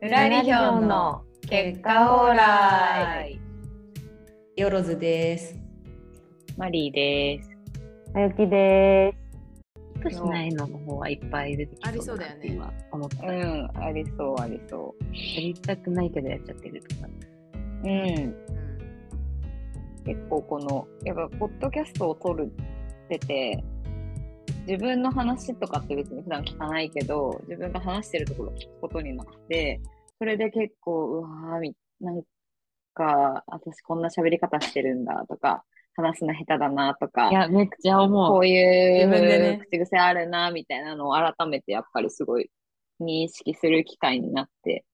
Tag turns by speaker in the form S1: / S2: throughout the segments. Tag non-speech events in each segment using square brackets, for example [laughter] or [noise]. S1: プラリヒョンの結果オーライ。
S2: よろずです。
S3: マリーです。
S4: あゆきで
S3: ヒットしないのの方はいっぱい出てきそうだなって今思った。
S4: す。
S3: や
S4: ん、ありそう、ありそ
S3: りたくないけどやっちゃってるとか。
S4: う。うん、結構この、やっぱ、ポッドキャストを撮るってて、自分の話とかって別に普段聞かないけど、自分が話してるところを聞くことになって、それで結構、うわーみ、なんか、私こんな喋り方してるんだとか、話すの下手だなとか。
S3: いや、めっちゃ
S4: こ
S3: 思う。
S4: うい
S1: 自分でね
S4: う口癖あるなみたいなのを改めてやっぱりすごい認識する機会になって、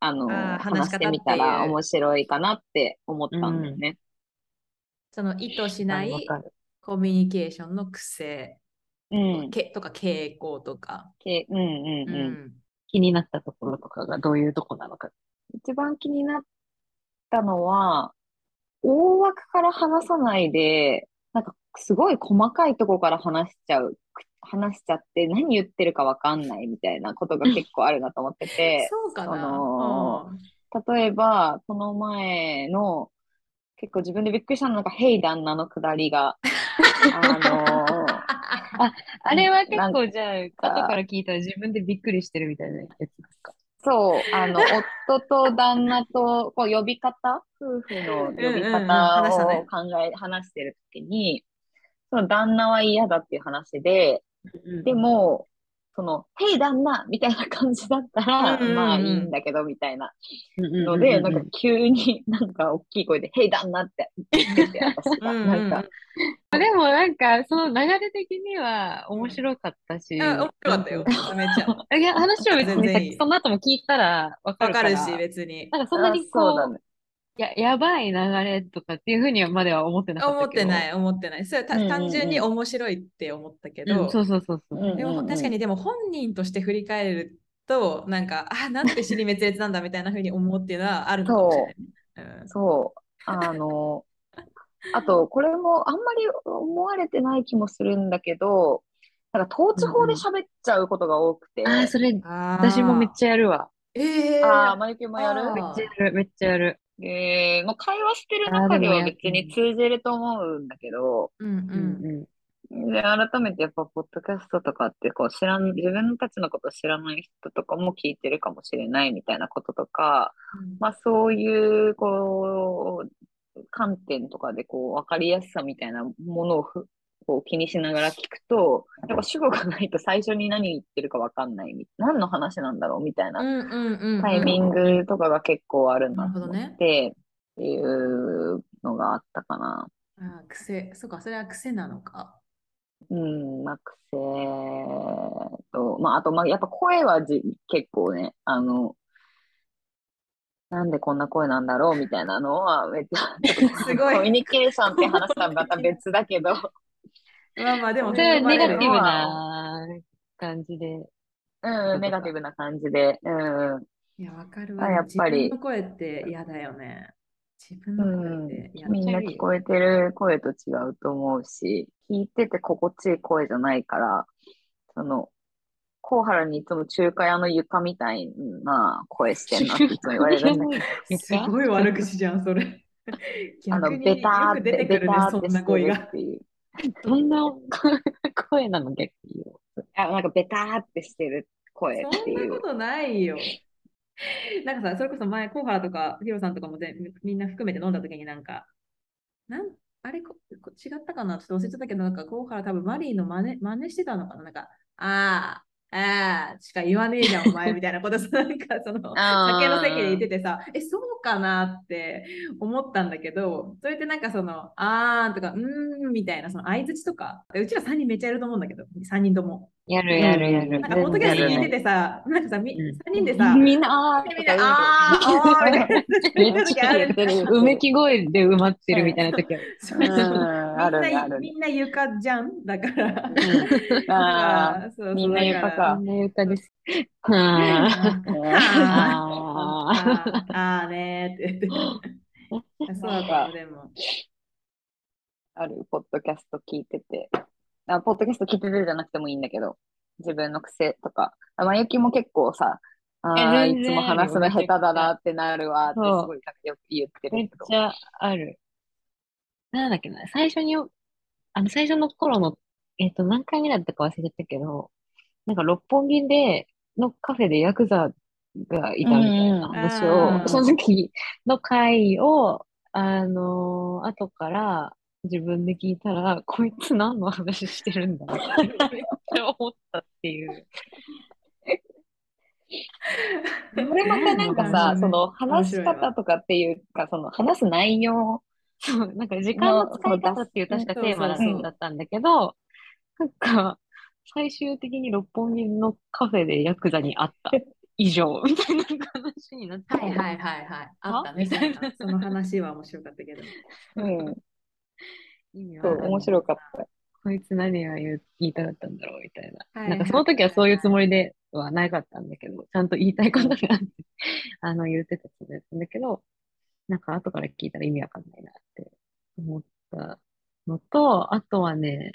S4: あの、
S1: あー話し
S4: 話
S1: 方
S4: し
S1: ってい
S4: て
S1: う
S4: みたら面白いかなって思ったんだよね。
S1: その意図しな
S3: わ
S1: い
S3: かる。
S1: コミュニケーションの癖、
S4: うん。
S1: けとか傾向とか。
S4: けうんうん
S1: う
S4: うん。
S1: ん
S3: 気になったところとかがどういうとこなのか。
S4: 一番気になったのは、大枠から話さないで、なんかすごい細かいところから話しちゃう。話しちゃって何言ってるかわかんないみたいなことが結構あるなと思ってて。
S1: そうか
S4: そ
S1: な
S4: の。例えば、この前の、結構自分でびっくりしたのなんか、ヘイ旦那のくだ
S1: [laughs]
S4: りが、あのー
S3: あれは
S4: 結構
S3: じゃあ、後
S4: 後から
S3: 聞いたら自分でびっくりしてるみたいなやつですか。
S4: そう、あの、夫と旦那と、こう、呼び方、夫婦の呼び
S1: うんうんうん
S4: 方
S1: 話したね
S4: を考え、話してる時に、その旦那は嫌だっていう話で、でも、その、ヘイ旦那みたいな感じだった
S1: う
S4: ら、
S1: んうんうん
S4: まあいいんだけど、みたいなの
S3: の
S4: で、なんか急になんか大きい声で、ヘイ旦那って言ってて、私
S1: う
S4: が、
S1: んうん
S4: なんか、
S3: でもなんか、その流れ的には面白かったし。
S1: うんあ面白か
S3: [laughs]
S1: ったよ。めっちゃ。
S3: いや、話は別
S1: 全
S3: に
S1: 然いい
S3: さ、その後も聞いたらわか
S1: わ
S3: る
S1: か
S3: から。
S1: るし、別に。
S3: なんかそんなにこ
S4: あそう
S3: う
S4: だね。
S3: や、やばい流れとかっていうふうにはまでは思ってなかったけど。。
S1: 思ってないい、思ってない。それはた
S4: うんうんうん
S1: 単純に面白いって思ったけ
S3: う
S1: ど
S3: ん、、そうそうそうそう。
S1: で
S4: うんうんう
S1: も
S4: ん
S1: 確かにでも本人として振り返ると、なんか、あ、なんて尻滅裂なんだみたいな風に思うっていうのはあるのかもしれないね。
S4: そう。あの、あと、これもあんまり思われてない気もするんだけど、なんか統治法で喋っちゃうことが多くて。
S3: ああ、それ、
S1: うんあー
S3: 私もめっちゃやるわ。
S1: ええ
S4: ああ、まゆきもやる
S1: あ
S3: めっ
S1: ー
S3: ちゃやる、めっちゃやる。
S4: えー、まあ、会話してる中では別に通じると思うんだけど、
S1: うんうん。
S3: う
S4: で、改めてやっぱ、ポッドキャストとかって、こう、知らん、自分たちのこと知らない人とかも聞いてるかもしれないみたいなこととか、まあ、そういう、こう、観点とかで、こう、わかりやすさみたいなものをふ、こう、気にしながら聞くと、やっぱ主語がないと最初に何言ってるかわかんないみ、何の話なんだろうみたいな
S1: うんうんうんうん
S4: タイミングとかが結構あるな
S1: なるほ
S4: と
S1: ど
S4: 思
S1: ね
S4: って、っていうのがあったかな。
S1: あー癖、そうか、それは癖なの
S4: [laughs]
S1: か。
S4: うん、まあ、癖と、まあ、あと、まあ、やっぱ声はじ、結構ね、あの、なんでこんな声なんだろうみたいなのは、めっちゃ、
S1: すごい
S4: コミュニケーションって話とはまた別だけど、
S1: まあまあでも、
S3: ん。それはネガティブ
S1: な。
S3: な感じで。
S1: [laughs]
S4: うん、ネガティブな感じで、うん、
S1: いや、わかる
S4: あ
S1: わ。
S4: やっぱり
S1: 自分の声って嫌だよね。自分の声って嫌だ
S4: みんな聞こえてる声と違うと思うし、聞いてて心地いい声じゃないから、その、コウハラにいつも中華屋の床みたいな声してんなってい
S1: [laughs]
S4: つも
S3: [laughs]
S4: 言われるんだけど、
S1: すごい悪口じゃん、それ。
S4: あの、
S1: [laughs] 逆に
S4: ベタ
S1: よ
S4: ー
S1: く
S4: っ
S1: 出
S4: て、
S1: てく
S4: ベタ
S1: るね
S4: ー、
S1: そ
S4: っ
S1: ん
S4: て
S1: な
S4: して
S1: 声
S4: る
S1: が
S4: っ。ていう。
S3: どんな [laughs] 声なの逆に。
S4: あ、なんかベターってしてる声っ
S1: そ
S4: て
S1: ん
S4: い
S1: なこ
S4: う。
S1: とないよ。なんかさ、それこそ前、コウハラとかヒロさんとかも全みんな含めて飲んだ時になんか、なんあれここ違ったかなちょっと忘れちゃったけど、なんかコウハラ多分マリーの真似真似してたのかななんか、あー、あーしか言わねえじゃん、お前みたいなことさ、なんかその、
S4: [laughs] あー
S1: 酒の席で言っててさ、え、そうかなって思ったんだけど、それってなんかその、あーとか、うーんみたいな、その相槌とか、うちら3人めっちゃいると思うんだけど、3人とも。
S3: やるやるや
S4: うん
S3: る。
S1: なんか、ポッドキャスト
S3: 全然
S1: 聞
S3: や
S1: い
S3: る
S1: ててさ、なんかさ、み
S3: うん
S1: 3人でさ、
S4: みんな、あー
S1: み
S4: と
S1: んな、
S4: か言う
S1: あー、あー、みたい
S4: めっ
S1: な時
S4: ち
S1: あ
S4: ゃ
S1: る
S4: 言ってる。
S3: うめき声で埋まってるみたいな時ある。
S4: うん、ある
S1: みん
S4: ね、
S1: な
S4: あるね。
S1: みんな床じゃんだから。 [laughs]
S4: あ
S1: だからそうそう
S4: みんな床
S1: だら
S4: か
S3: みんな床です。はぁ。
S1: あ
S4: ー
S1: あ
S3: あ
S1: [laughs]
S3: ー
S1: ーあーねーって言って。そうだったよでも。
S4: ある、ポッドキャスト聞いてて。あ、ポッドキャスト聞いててじゃなくてもいいんだけど、自分の癖とか、あまゆきも結構さ、あ
S3: え
S4: ー
S3: 全
S4: いつも
S3: 然
S4: 話すの
S3: あるよ
S4: 下手だなってなるわって
S3: そう
S4: すごいなんかよく言って
S3: め
S4: る
S3: っ
S4: けど。
S3: ちゃある。なんだっけな、最初によ、あの、最初の頃の、えっと、何回目だったか忘れちゃったけど、なんか六本木で、のカフェでヤクザがいたみたいな話
S1: うんうん
S3: を、その時の回を、あのー後から自分で聞いたら、こいつ何の話してるんだってめっちゃ思ったっていう。
S4: これまたなんか
S1: な
S4: さ、
S1: るほどね
S4: その話
S1: 面白
S4: し
S1: いわ
S4: 方とかっていうか、その話す内容、
S3: そう、なんか時間の使い方っていう
S4: そう
S3: 確かテーマだっ
S1: そうそうそう
S3: だったんだけど、なんか最終的に六本木のカフェでヤクザに会った以上みたいな話になって、
S1: はいはいはいはい。あったね、
S3: み
S1: そ
S3: た
S1: ん
S3: い
S1: な
S3: な
S1: その話は面白かったけど。
S4: うん、
S3: 意味わ
S4: そ
S3: か
S4: う、
S3: んない
S4: 面白かった。
S3: こいつ何を言う言いたかったんだろうみたいな。
S1: はい
S3: なんかその時はそういうつもりではなかったんだけど、ちゃんと言いたいことがあって、 [laughs] あの言ってたつもりだったんだけど、なんか後から聞いたら意味わかんないなって思ったのと、あとはね、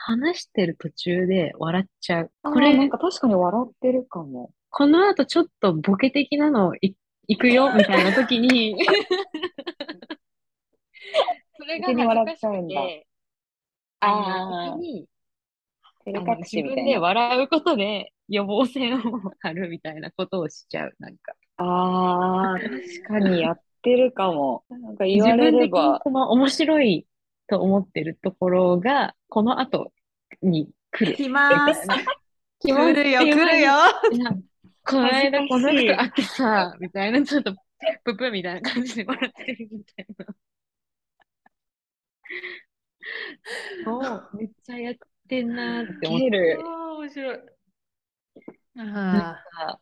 S3: 話してる途中で笑っちゃう。こ
S4: これ
S3: れ、
S4: なんか確かに笑ってるかも。
S3: この後ちょっとボケ的なのい、いくよみたいな時 [laughs] に、それが
S4: 先に
S3: 恥ず
S4: 笑
S3: か
S4: っ
S3: し
S4: ちゃ
S3: く
S4: うんだ
S3: て、
S4: あー
S3: の先に、
S4: 照
S3: あ
S4: れ
S3: の
S4: 隠
S3: 自
S4: しみた
S3: 分
S4: い
S3: で
S4: な。
S3: 笑うことで予防線を張るみたいなことをしちゃう。なんか、
S4: ああ、確かにやってるかも。なんか言
S3: 自
S4: われ
S3: 分的
S4: れ
S3: に
S4: ば、
S3: この面白いと思ってるところが、この後に来る。
S1: 来ます。
S3: 来
S1: 来るよ、来るよ。。
S3: この間
S4: 恥ず
S3: こ
S4: かしい
S3: の人会ってさ、みたいな、ちょっとププみたいな感じで笑ってるみたいな。
S4: [laughs]
S3: そう、めっちゃやってんなーって思っ
S4: ける。
S1: あ面白い。あ
S3: た。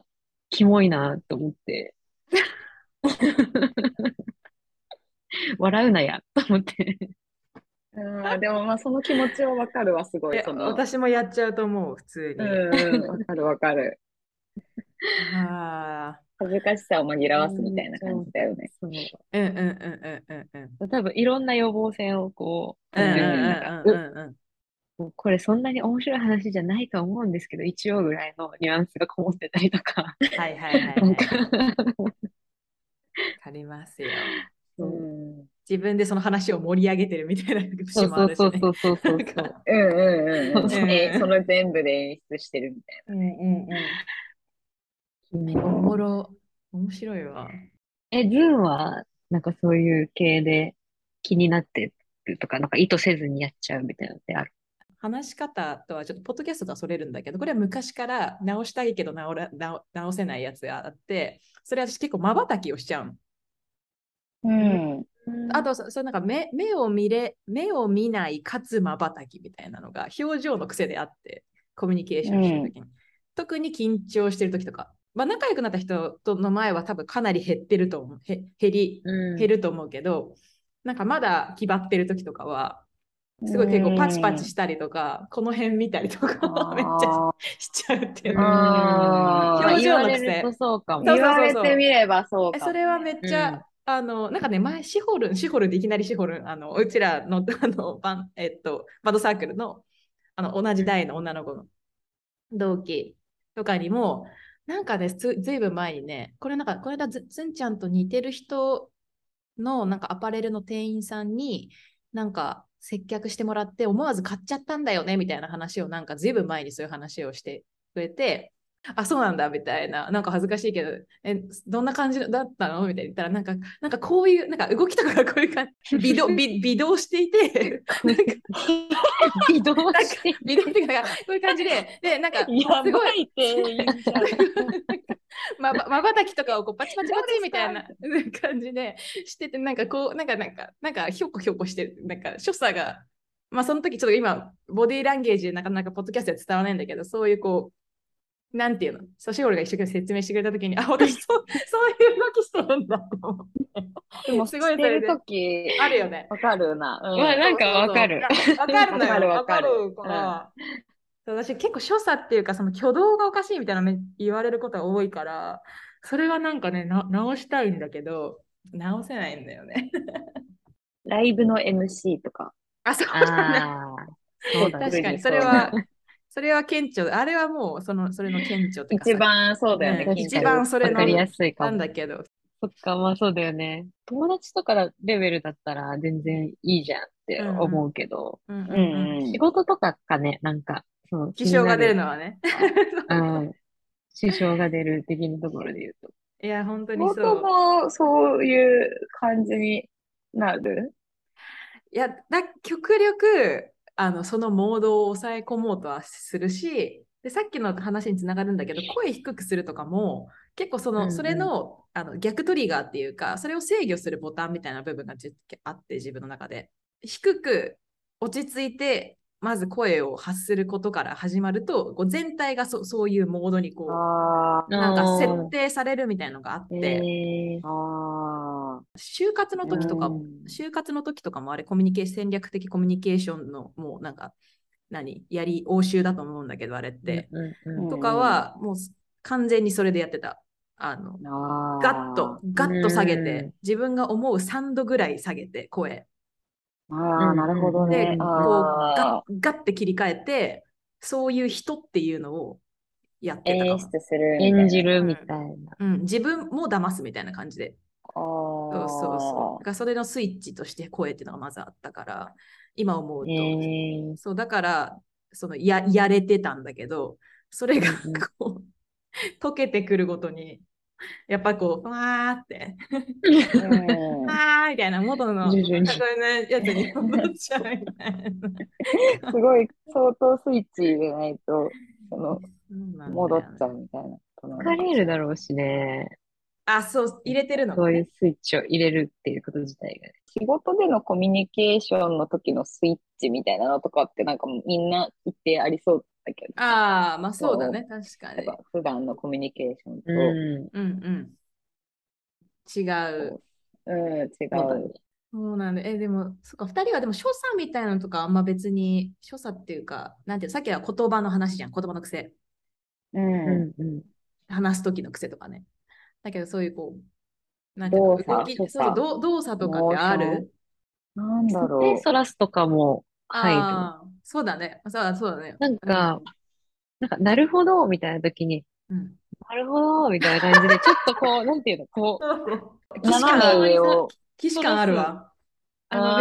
S3: キモいなーって思って。笑うなや、と思って。
S4: うん、でもまあその気持ちはわかるわ、すご
S1: あ。
S4: い。
S1: え
S4: その、
S1: 私もやっちゃうと思う、普通に
S4: う。んうん、わかるわかる。
S1: ああ。
S4: 恥ずかしさを紛らわすみたいな感じだよね。
S3: そ
S1: う
S3: う
S1: んうんうんうんうんうん。
S3: 多分いろんな予防線をこう、
S1: うんうん
S3: 立ててなんかう
S1: うんうん
S3: もうこれそんなに面白い話じゃないと思うんですけど、一応ぐらいのニュアンスがこもってたりとか、
S1: はいはいはい
S3: な
S1: は
S3: ん
S1: い。
S3: か、
S1: わかりますよ。
S4: う
S3: うん
S4: ん、
S1: 自分でその話を盛り上げてるみたいな
S3: そ
S1: 節
S3: う
S1: もあるし
S3: そう
S1: ね。
S3: そうそうそう
S1: なん
S3: そ
S1: か [laughs]
S3: う。
S4: うんうんうん。
S1: そううん
S4: え、その全部で演出してるみた
S1: う
S4: い
S1: んうんうん。おもろ、面白いわ。
S3: え、ズンは、なんかそういう系で気になってるとか、なんか意図せずにやっちゃうみたいなのってある。
S1: 話し方とはちょっとポッドキャストとはそれるんだけど、これは昔から直したいけど直ら直直せないやつがあって、それ私結構まばたきをしちゃうの。
S4: な。うん。
S1: あと、そそれなんか目目を見れ、目を見ないかつまばたきみたいなのが表情の癖であって、コミュニケーションしてるときに。特に緊張してるときとか、まあ、仲良くなった人との前は多分かなり減ってると思う。へ減り、
S3: うん
S1: 減ると思うけど、なんかまだ気張ってるときとかは、すごい結構パチパチしたりとか、この辺見たりとか [laughs] めっちゃしちゃうっていう
S4: あ
S1: の。
S4: あー
S1: 表情の
S3: 言われ
S1: 癖
S3: るとそうかも。
S1: そう
S4: 言われてみればそう
S1: え
S4: か
S1: それはめっちゃ、
S3: うん
S1: あのなんかね前シホルンシホルンでいきなりシホルンあのうちらのあのバンえっとバドサークルのあの同じ代の女の子の同期とかにもなんかねずずいぶん前にねこれなんかこれだずずんちゃんと似てる人のなんかアパレルの店員さんになんか接客してもらって思わず買っちゃったんだよねみたいな話をなんかずいぶん前にそういう話をしてくれてあ、そうなんだ、みたいな。なんか恥ずかしいけど、え、どんな感じだったのみたいに言ったら、なんか、なんかこういう、なんか動きとかがこういう感じ、微動、微微動していて、なんか、
S3: 移動して。 [laughs]
S1: 微動っていうか、なんかこういう感じ [laughs] で、で、なんか、す
S4: や
S1: ご
S4: ば
S1: い、
S4: いって言うじゃん
S1: まばまばたきとかをこうパチパチパチみたいな感じでしてて、なんかこう、なんか、なんか、なんか、ひょこひょこしてる、なんか、所作が、まあ、その時ちょっと今、ボディーランゲージでなかなかポッドキャストでは伝わらないんだけど、そういうこう、なんていうの、ソシオルが一生懸命説明してくれた時に、あ、私そう、そういう動きしてるんだと思って。
S4: でも
S1: すごい
S4: して
S1: それ
S4: る
S1: で
S4: 時
S1: あるよね。
S4: わかるな。うん
S3: まあなんかわかる
S1: そうそうそうわかるのよ。
S4: わかるわかる
S1: わから。そう私結構所作っていうかその挙動がおかしいみたいなめ言われることが多いからそれはなんかねな直したいんだけど直せないんだよね。
S4: ライブの MC とか。
S1: [laughs] あそうだね。
S3: ああ、そうだ
S1: 確
S3: ね。
S1: かにそれは [laughs] それは顕著。あれはもう、その、それの顕著っていうかさ
S4: 一番そうだよね、
S1: ね
S4: 緊
S1: 一
S4: 張
S1: 番それ
S3: わ
S1: の
S3: かりやすいか
S1: なん
S3: も。
S1: だけど。
S3: そっか、まあそうだよね。友達とかレベルだったら全然いいじゃんって思うけど、
S1: うんうん
S4: う
S1: うん
S4: んうん
S3: 仕事とかかね、なんか、その気
S1: [laughs] 気
S3: に
S1: 象
S3: な
S1: が出る
S3: る、
S1: のはね。
S3: うん、支障が出る的なところで言うと。
S1: いや、本当に
S4: 元
S1: そう。
S4: もそういう感じになる
S1: いや、だ極力あの、そのモードを抑え込もうとはするし、でさっきの話につながるんだけど、声低くするとかも、結構そ
S3: うんう
S1: の、
S3: ん
S1: それの、あの逆トリガーっていうか、それを制御するボタンみたいな部分がじあって、自分の中で。低く落ち着いて、まず声を発することから始まると、こう全体がそそういうモードにこう、
S4: あ
S1: なんか
S3: あ
S1: 設定されるみたいのがあっ
S3: ー
S1: て、
S3: えー
S4: あ。あ
S1: 就活の時とかも、
S4: うん
S1: 就活の時とかもあれコミュニケー戦略的コミュニケーションのもうなんか何やり応酬だと思うんだけどあれって、
S3: うんうん
S4: うん
S1: とかはもう完全にそれでやってたあの
S4: ー。あ
S1: ガッとガッと下げ
S3: うん
S1: て自分が思う3度ぐらい下げて声
S4: ああ、なるほど
S1: で、
S4: ね。
S1: こう
S4: あ
S1: ガッガッて切り替えてそういう人っていうのをやっ
S4: ー
S1: てたか
S4: 演
S1: も、
S4: 出するみたいな。
S3: 演じるみたいな。
S1: うん、自分も騙すみたいな感じで
S4: あ
S1: そ
S4: ー
S1: うそうそう。だからそれのスイッチとして声っていうのがまずあったから、今思うと。
S3: えー
S1: そうだからそのや、やれてたんだけど、それが
S3: うんうん
S1: こう、溶けてくるごとに、やっぱこう、わーって、
S4: うん
S1: わーみたいな元の
S3: 徐々に
S1: こういうやつに戻っちゃうみたいな。
S4: すごい相当スイッチ入れないと、その、戻っちゃ
S1: う。
S4: うみたいなことなのか
S3: 疲れるだろうしね。
S1: あ、そう、入れてるの
S3: そう
S1: ね、
S3: いうスイッチを入れるっていうこと自体がね。
S4: 仕事でのコミュニケーションの時のスイッチみたいなのとかってなんかみんな一定ありそうだけど、
S1: ああ、まあそうだね、確か
S4: やっ
S1: に
S4: ぱ。普段のコミュニケーションと、
S3: うん。
S1: うんうん。違う。
S4: うん、違う。
S1: そうなんだ。え、でも、そっか、2人はでも、所作みたいなのとか、あんま別に、所作っていうか、なんていうの、さっきは言葉の話じゃん、言葉の癖、
S3: う
S4: う。
S3: んんうん。
S1: 話す時の癖とかね。だけど、そういうこう、なんていうの、
S4: 動作
S1: 動き、そ
S4: 所
S1: うそう
S4: 作
S1: どう動作とかってあ
S4: モーション
S1: る
S4: なんだろ
S3: で、
S4: う。
S3: そらすとかも入る。
S1: ああ、そうだね。そうだ、そうだね。
S3: なんか、なんか、なるほど、みたいな時に、
S1: うん。
S3: なるほど、みたいな感じ
S1: [laughs]
S3: で、ちょっとこう、なんていうの、こう、
S1: 既視感
S4: 斜め
S1: ある、
S4: 上を。
S1: 既視感あるわ。
S3: あの、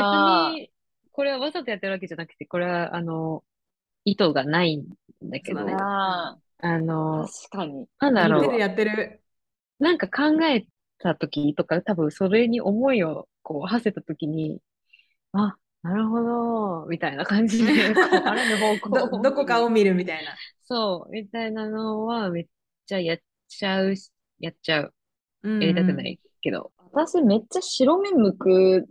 S4: あー
S3: 別に、これはわざとやってるわけじゃなくて、これは、あの、意図がないんだけ
S1: そうだ
S3: ど、
S1: ね
S4: あ
S3: あ
S4: あ、
S3: の、
S4: 確かに。
S3: なんだ
S1: や
S3: ろ
S1: って
S3: う
S1: る、やってる。
S3: なんか考えた時とか、多分それに思いをこう、馳せた時に、あ、なるほど、みたいな感じで、
S1: [laughs]
S3: こう、あらぬ方向
S4: [laughs]
S1: ど、どこかを見るみたいな。
S3: そう、みたいなのは、めっちゃやっちゃうし、やっちゃう。
S1: うん
S3: やりたくな
S1: うん。
S3: いけど。
S4: 私めっちゃ白目向くっ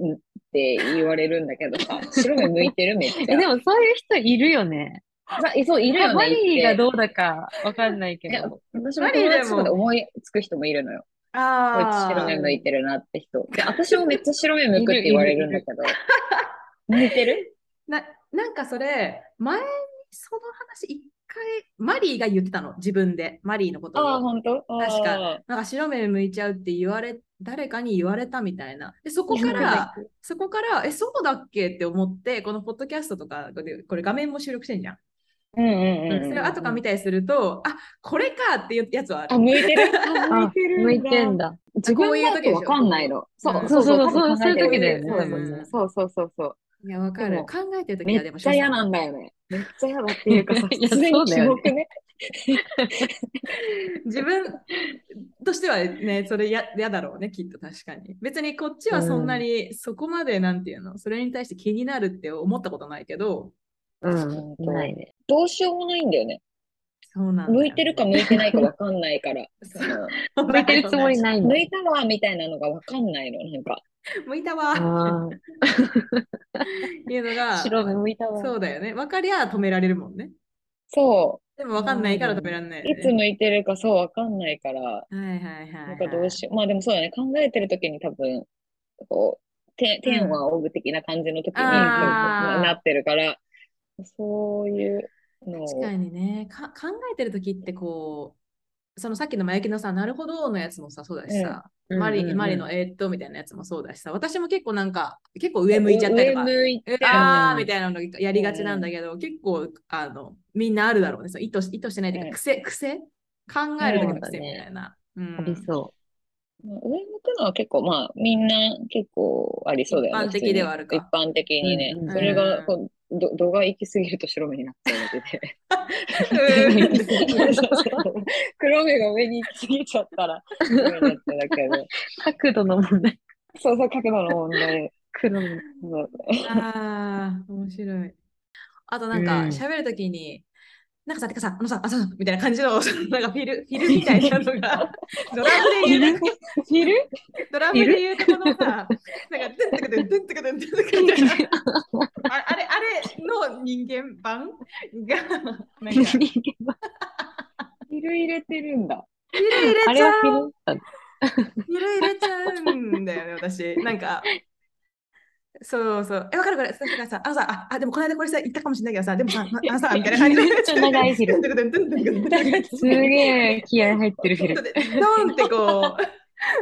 S4: て言われるんだけどさ、白目向いてるめっち
S3: え、
S4: ゃ。
S3: でもそういう人いるよね。
S4: まそう、いるよね。
S3: マリーが
S4: 一定
S3: どうだかわかんないけ
S4: いや
S3: ど。
S4: 私
S1: マ
S4: も
S1: リーでも
S4: 友達とかで思いつく人もいるのよ。こいつ
S1: あ
S4: 白目
S1: あ、
S4: 向いてるなって人。で、私もめっちゃ白目向くって言われるんだけど。向いてる
S1: な、なんかそれ、前にその話、一回、マリーが言ってたの、自分で、マリーのこと
S4: ああ、
S1: を。
S4: 本当
S1: 確か。なんか白目向いちゃうって言われ、誰かに言われたみたいな。で、そこから、そこから、え、そうだっけって思って、このポッドキャストとかで、これ画面も収録してんじゃん。
S4: うんうんうん。
S1: それを後から見たりすると、あ、これかっていうやつはある。
S4: あ、向いてる。
S3: あ、向いてん
S4: だ。
S3: だ。
S4: 自分だとわかんないの。
S1: こういう時でしょ
S4: そうそうそう、
S3: そうそうそう
S4: 多分考えてる
S1: そういう時だよね
S4: そうそうそうそう。
S1: いや、わかる。
S4: でも
S1: 考えてるとき
S4: め
S1: はでも
S4: っちゃ嫌なんだよね。めっちゃ嫌だって [laughs] いうかさ、
S3: いや
S4: 自然
S3: そう
S4: に
S3: だ
S4: キ
S3: よね
S4: モくね。
S1: 自分としてはね、それややだろうね、きっと確かに。別にこっちはそんなに、そこまでなんていうの、それに対して気になるって思ったことないけど、
S3: うん、いないね。
S4: どうしようもないんだよね。
S1: そうなんだよ
S4: 向いてるか向いてないかわかんないから。その
S3: 向いてるつもり
S1: い。
S3: ないんだ
S4: 向。いたわみたいなのがわかんないの。なんか。
S1: 向いたわーっ
S3: あ
S1: ていうの
S3: あ、
S1: が、
S3: 白目向いたわ。
S1: そうだよね。分かりゃ止められるもんね。
S4: そ
S1: でも分かんないから止められない、
S4: う。いつ。向いてるかそうわかんないから、
S1: はいはいはい、はい。
S4: なんかどうしよう。まあでもそうだね。考えてるときに多分、こう、て天は仰ぐ的な感じの時に、
S1: うんあー
S4: なってるから、そういうのを
S1: 確かにねか考えてる時ってこそのさっきの前焼きのさ、なるほどのやつもさ、そうだしさ、
S3: うん
S1: マ
S3: うん
S1: リ
S3: うん
S1: マリのえーっとみたいなやつもそうだしさ、私も結構なんか、結構上向いちゃったりとか、
S3: 上向い
S1: え
S3: て、
S1: あ
S3: う
S1: ー
S3: ん
S1: みたいなのやりがちなんだけど、結構あのみんなあるだろうね。そう意図し意図してないという
S4: うん
S1: か、癖、癖考える時の
S3: そうだ
S1: 癖み
S3: ね
S1: たいな。 [laughs] うん
S3: ありそう。
S4: 上向くのは結構まあみんな結構ありそうだよね。
S1: 一般的ではあるか
S4: 普通に一般的にね。
S3: うん
S4: それが
S1: うん
S4: こうど度が行き過ぎると白目になっちゃうの
S1: [laughs]
S4: で。
S1: う
S4: [laughs]
S1: ん [laughs]
S4: 黒目が上に行き過ぎちゃったら上になっちゃうだけど。
S3: 角度の問題。
S4: そうそう角度の問題。
S3: 黒の。
S4: そう
S1: ああ、面白い。あとなんか
S3: うん
S1: 喋るときに、なんかさ、てかさ、あのさ、あ、そうそう、みたいな感じの、そのなんかフィル、フィルみたいなのが、ドラムで言う、
S3: いる
S1: ドラムで言うとこのさ、なんか、てんてくてん、てんてくてん、てんてくてんてんああれ、あれの人間版が、なんか、
S4: ヒル入れてるんだ。
S1: フィル入
S3: あ
S1: れち
S3: れは
S1: ゃ
S3: ひ
S1: う。
S3: どかっ
S1: いろいろ入れちゃうんだよね、私。なんか。そうそう。え、わかるこれ。さなんかさ、あのさ、あ、あでもこの間これさ、言ったかもしれないけどさ、でもさ、ああの
S3: [laughs]
S1: さ、みたいな感じで。
S3: めっちゃ長いヒル
S1: ドゥンドゥンドゥンドゥンドゥンドゥン
S3: た。すげえ気合入ってるフィル。
S1: ドンってこう、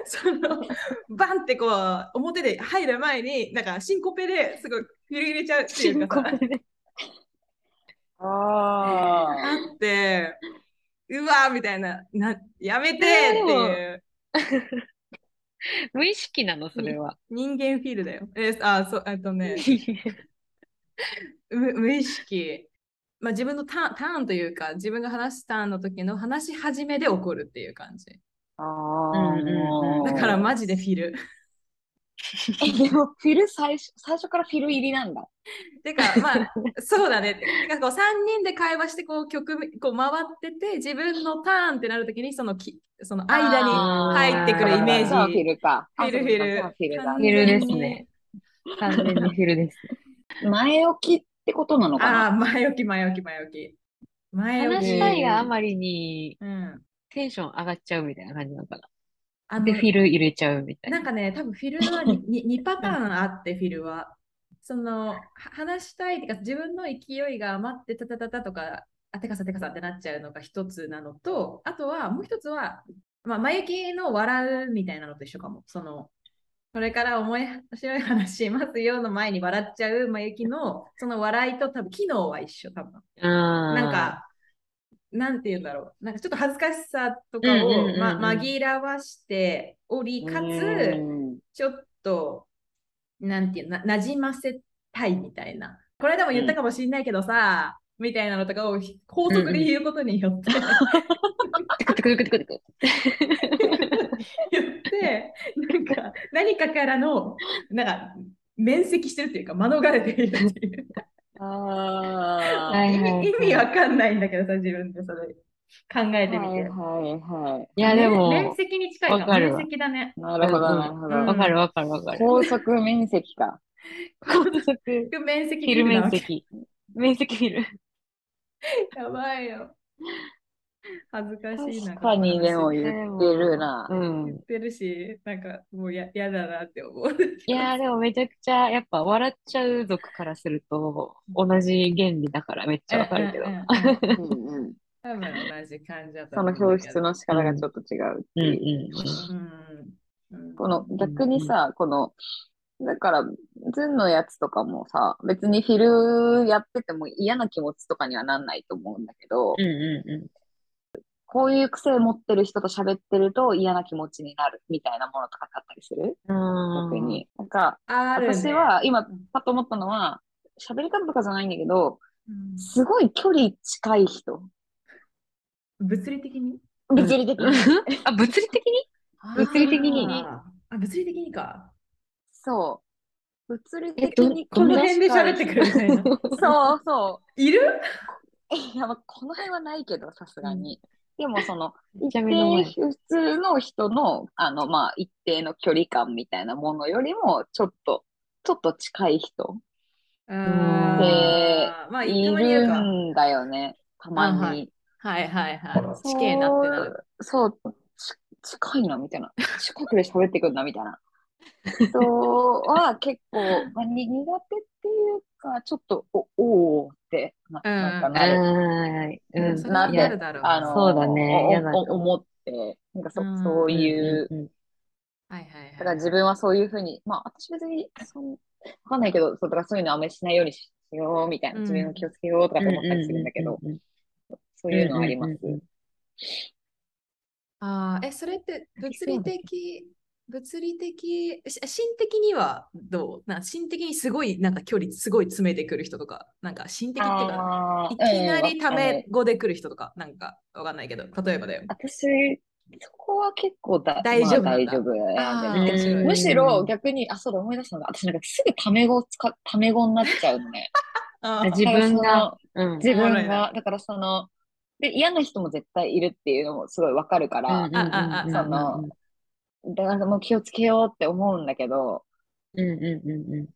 S1: その、バンってこう、表で入る前に、なんかシンコペですごい揺れ入れちゃうっていうかさ、
S4: ああ。
S1: あって、うわーみたいな、なやめてっていう
S3: 無意識なの、それは。
S1: 人間フィールだよ。え、あ、そう、えっとね。無無意識、まあ、自分のターンターンというか自分が話すターンの時の話し始めで起こるっていう感じ
S4: あ
S3: うんうんうん
S1: だから
S4: ま
S1: マジでフィル
S4: え、でも、フィル最初、最初からフィル入りなんだ。
S1: てかま
S3: [laughs]
S1: あそうだねてかこう3人で会話してこう曲こう回ってて自分のターンってなる時にそのきその間に
S3: あー
S1: 入ってくるイメージ
S4: そうフィルか。
S1: フィルフィル
S4: あそうかそうか
S1: 完
S3: フィ
S4: フィ
S1: 全
S3: ル
S4: ル
S1: に
S3: ですね。完全にフィルです。
S4: だ。前置きってことなのか
S1: あ
S4: な
S1: あ前置き前置き前置き前置
S3: 話
S1: き
S3: したいがあまりに
S1: うん
S3: テンション上がっちゃうみたいな感じなのか
S1: あ
S3: な。
S1: の
S3: で、フィル入れちゃうみた
S1: [laughs]
S3: い
S1: な
S3: な。
S1: んかね、多分フィル
S3: [laughs]
S1: はに 2, パターンあって、フィルは。その、は話したいってか、自分の勢いが余ってたたたたとか、あてかさてかさってなっちゃうのが一つなのと、あとはもう一つは、まあ、前行きの笑うみたいなのと一緒かも。その、これから面白い話しますよの前に笑っちゃう前行きの、その笑いと多分、機能は一緒、多分。
S3: な
S1: なん、か、なんて言うんだろう。なんかちょっと恥ずかしさとか
S3: うんうんうん
S1: を、
S3: うん
S1: ま、紛らわしており、かつ、ちょっと、なんていうの、な馴染ませたいみたいな。これでも言ったかもしれないけどさ、みたいなのとかをひ高速で言うことによって、
S3: [laughs] テクテクテクテクテク。
S1: 言って、なんか、何かからの、なんか、面積してるっていうか、免れているっていう。
S4: あ
S3: は
S4: ー
S3: い
S1: 意味意味わかんないんだけどさ、自分でそれ考えてみ
S4: はい
S1: て。
S4: はいはい
S3: や、でも、
S1: 面積に近い
S3: わ
S1: な。
S3: かるわ
S1: 面積だね。
S4: い。なる
S3: う
S4: ほど、
S3: ん
S4: なるほ
S1: うん
S4: ど。
S3: わかるわかるわかる。
S4: 高速面積か。
S3: 高速フ
S1: 面積
S3: ィル
S1: な
S3: 面
S1: わけ
S3: 積。面積フィル。
S1: やばいよ。恥ずかしいな。
S4: 確かに、でも
S1: 言
S4: 言ってるな。
S3: うん。
S1: ってるし、なんかもうややだなって思う。
S3: いやーでもめちゃくちゃやっぱ笑っちゃう族からすると同じ原理だからめっちゃわかるけど。
S1: うんうんうん
S4: うん
S1: [laughs]
S4: うん
S1: 多分同じ感じだと
S4: そ
S1: 思
S4: の
S1: う
S4: 表
S1: け
S4: 出
S1: ど。
S4: の仕方がちょっと違うって
S3: うん
S4: いう。
S3: う
S1: うんうん
S4: この逆にさ、この、だから、ズンのやつとかもさ、別にフィルやってても嫌な気持ちとかにはなんないと思うんだけど、
S3: ん。うんう
S4: こういう癖持ってる人と喋ってると嫌な気持ちになるみたいなものとかってあったりする
S3: んうん。
S4: 逆に。なんか、
S1: あるね
S4: 私、は今
S1: うん
S4: パッと思ったのは、喋り方とかじゃないんだけど、
S1: うん
S4: すごい距離近い人。
S1: 物理的に
S4: 物理的
S3: う
S4: に。
S3: ん。あ、物理的に
S4: [laughs]
S3: 物理的に
S1: あーあ物理的にか。
S4: そう。物理
S3: え
S4: 的
S3: ど
S4: に
S1: こ
S4: 距
S1: の
S4: 離が
S1: 辺で
S4: 近い
S1: 喋ってくるみたいな。
S4: 人。そうそう。
S1: いる
S4: [laughs] いや、まあ、この辺はないけど、さすがに。でも、その、
S3: めっちゃ
S4: 一
S3: 目の前
S4: 定、普通の人の、あの、まあ、一定の距離感みたいなものよりも、ちょっと、ちょっと近い人、
S1: あーまあ、
S4: い
S1: いたまに言う
S4: る
S1: か。
S4: んだよね、たまに。
S1: はいはいはいはい。死刑なってなる。
S4: そう、ち近いな、みたいな。近くで喋ってくんな、みたいな。人は結構、まあ、に苦手っていうか、ちょっと、お、おーってな
S1: うん
S4: なんか
S3: あ
S4: なる。
S3: ーうん
S1: それ
S4: な
S1: は
S4: ん
S3: い
S4: で
S1: な
S3: や
S1: るだろう。
S4: あの、
S3: そうだね
S4: お
S3: 嫌だと
S4: お思って、なんかそ、
S1: うん
S4: そういう、
S3: うんうん
S1: はいはいはい。
S4: だから自分はそういうふうに、まあ私別に、そん、わかんないけど、そうだからそういうのあんまりしないようにしようみたい
S1: う
S4: な、
S1: ん
S4: 自分を気をつけようとかって思ったりするんだけど、
S3: うんうんうん
S4: そういうのはあります。
S3: うんうんうん
S1: ああ、え、それって物
S4: そう
S1: 理
S4: だ
S1: 的、物理的、し心的にはどうなんか心的にすごいなんか距離すごい詰めてくる人とか、なんか心的っていうか、
S4: あ
S1: いき
S4: ーうん
S1: なりた
S4: わあの
S1: め語で来る人とか、なんかわかんないけど、例えばだよ。
S4: 私、そこは結構だ、
S1: 大丈夫
S4: まあ
S1: なん
S4: 大
S1: だ
S4: 丈夫
S1: あ
S4: なん
S1: ー
S4: で
S1: 面白い
S4: むしろ逆に、あ、そうだ、思い出したのが、私なんかすぐタメ語を使う、タメ語になっちゃうのね。
S1: あ
S3: 自分が、うん
S4: 自分
S1: おもろいな
S4: が、だからその、で、嫌な人も絶対いるっていうのもすごいわかるから、
S1: あああ
S4: そのだからもう気をつけようって思うんだけど、
S3: うんうんうんうん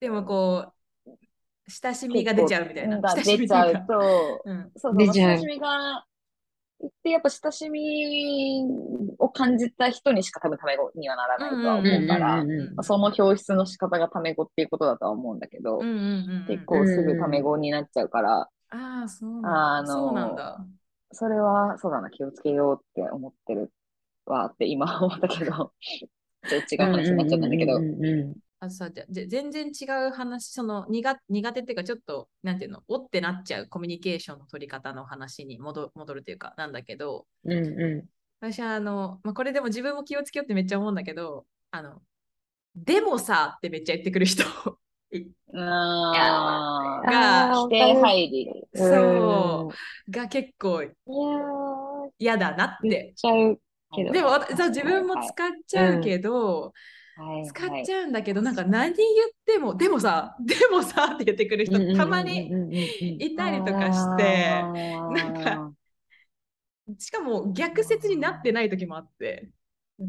S1: でもこう、親しみが出ちゃうみたいな。
S4: 結
S1: 親しみ
S4: 構が出ちゃ
S1: とい
S4: う
S1: うか。
S4: と、
S1: うん。
S4: そうそう、
S3: 出ちゃう
S4: 親しみが、で、やっぱ親しみを感じた人にしか多分タメ語にはならないとは
S3: うん
S4: 思うから、
S3: うんうんうん
S1: ん
S4: その表出の仕方がタメ語っていうことだとは思うんだけど、
S1: うんうんうん。
S4: 結構すぐタメ語になっちゃうから、
S1: ああ、そうなんだ。
S4: あの
S1: そうなんだ。
S4: それはそうだな、気をつけようって思ってるわって今は思ったけど、 [laughs] ちょっと違う話になっちゃったんだけど
S3: う、んうん
S1: あとさ、じゃじゃ全然違う話、その苦苦手っていうか、ちょっと、なんていうの、おってなっちゃうコミュニケーションの取り方の話に戻戻るというか、なんだけど、
S3: うんうんう
S1: 私はあの、まあ、これでも自分も気をつけようってめっちゃ思うんだけど、あの、でもさってめっちゃ言ってくる
S3: [laughs]
S1: 人。
S4: うーん
S3: ん。
S1: が
S3: あー
S4: 否定入り。
S1: そう [laughs] が結構
S3: いやー
S1: 嫌だなっ。
S3: 言ってちゃうけど。
S1: でも私そう自分も使っちゃうけど、使っちゃうんだけど、なんか何言っても、でもさ、でもさって言ってくる人、たまに
S3: うんうんうんうん
S1: いたりとかして、
S4: なん
S1: か、しかも逆説になってない時もあって、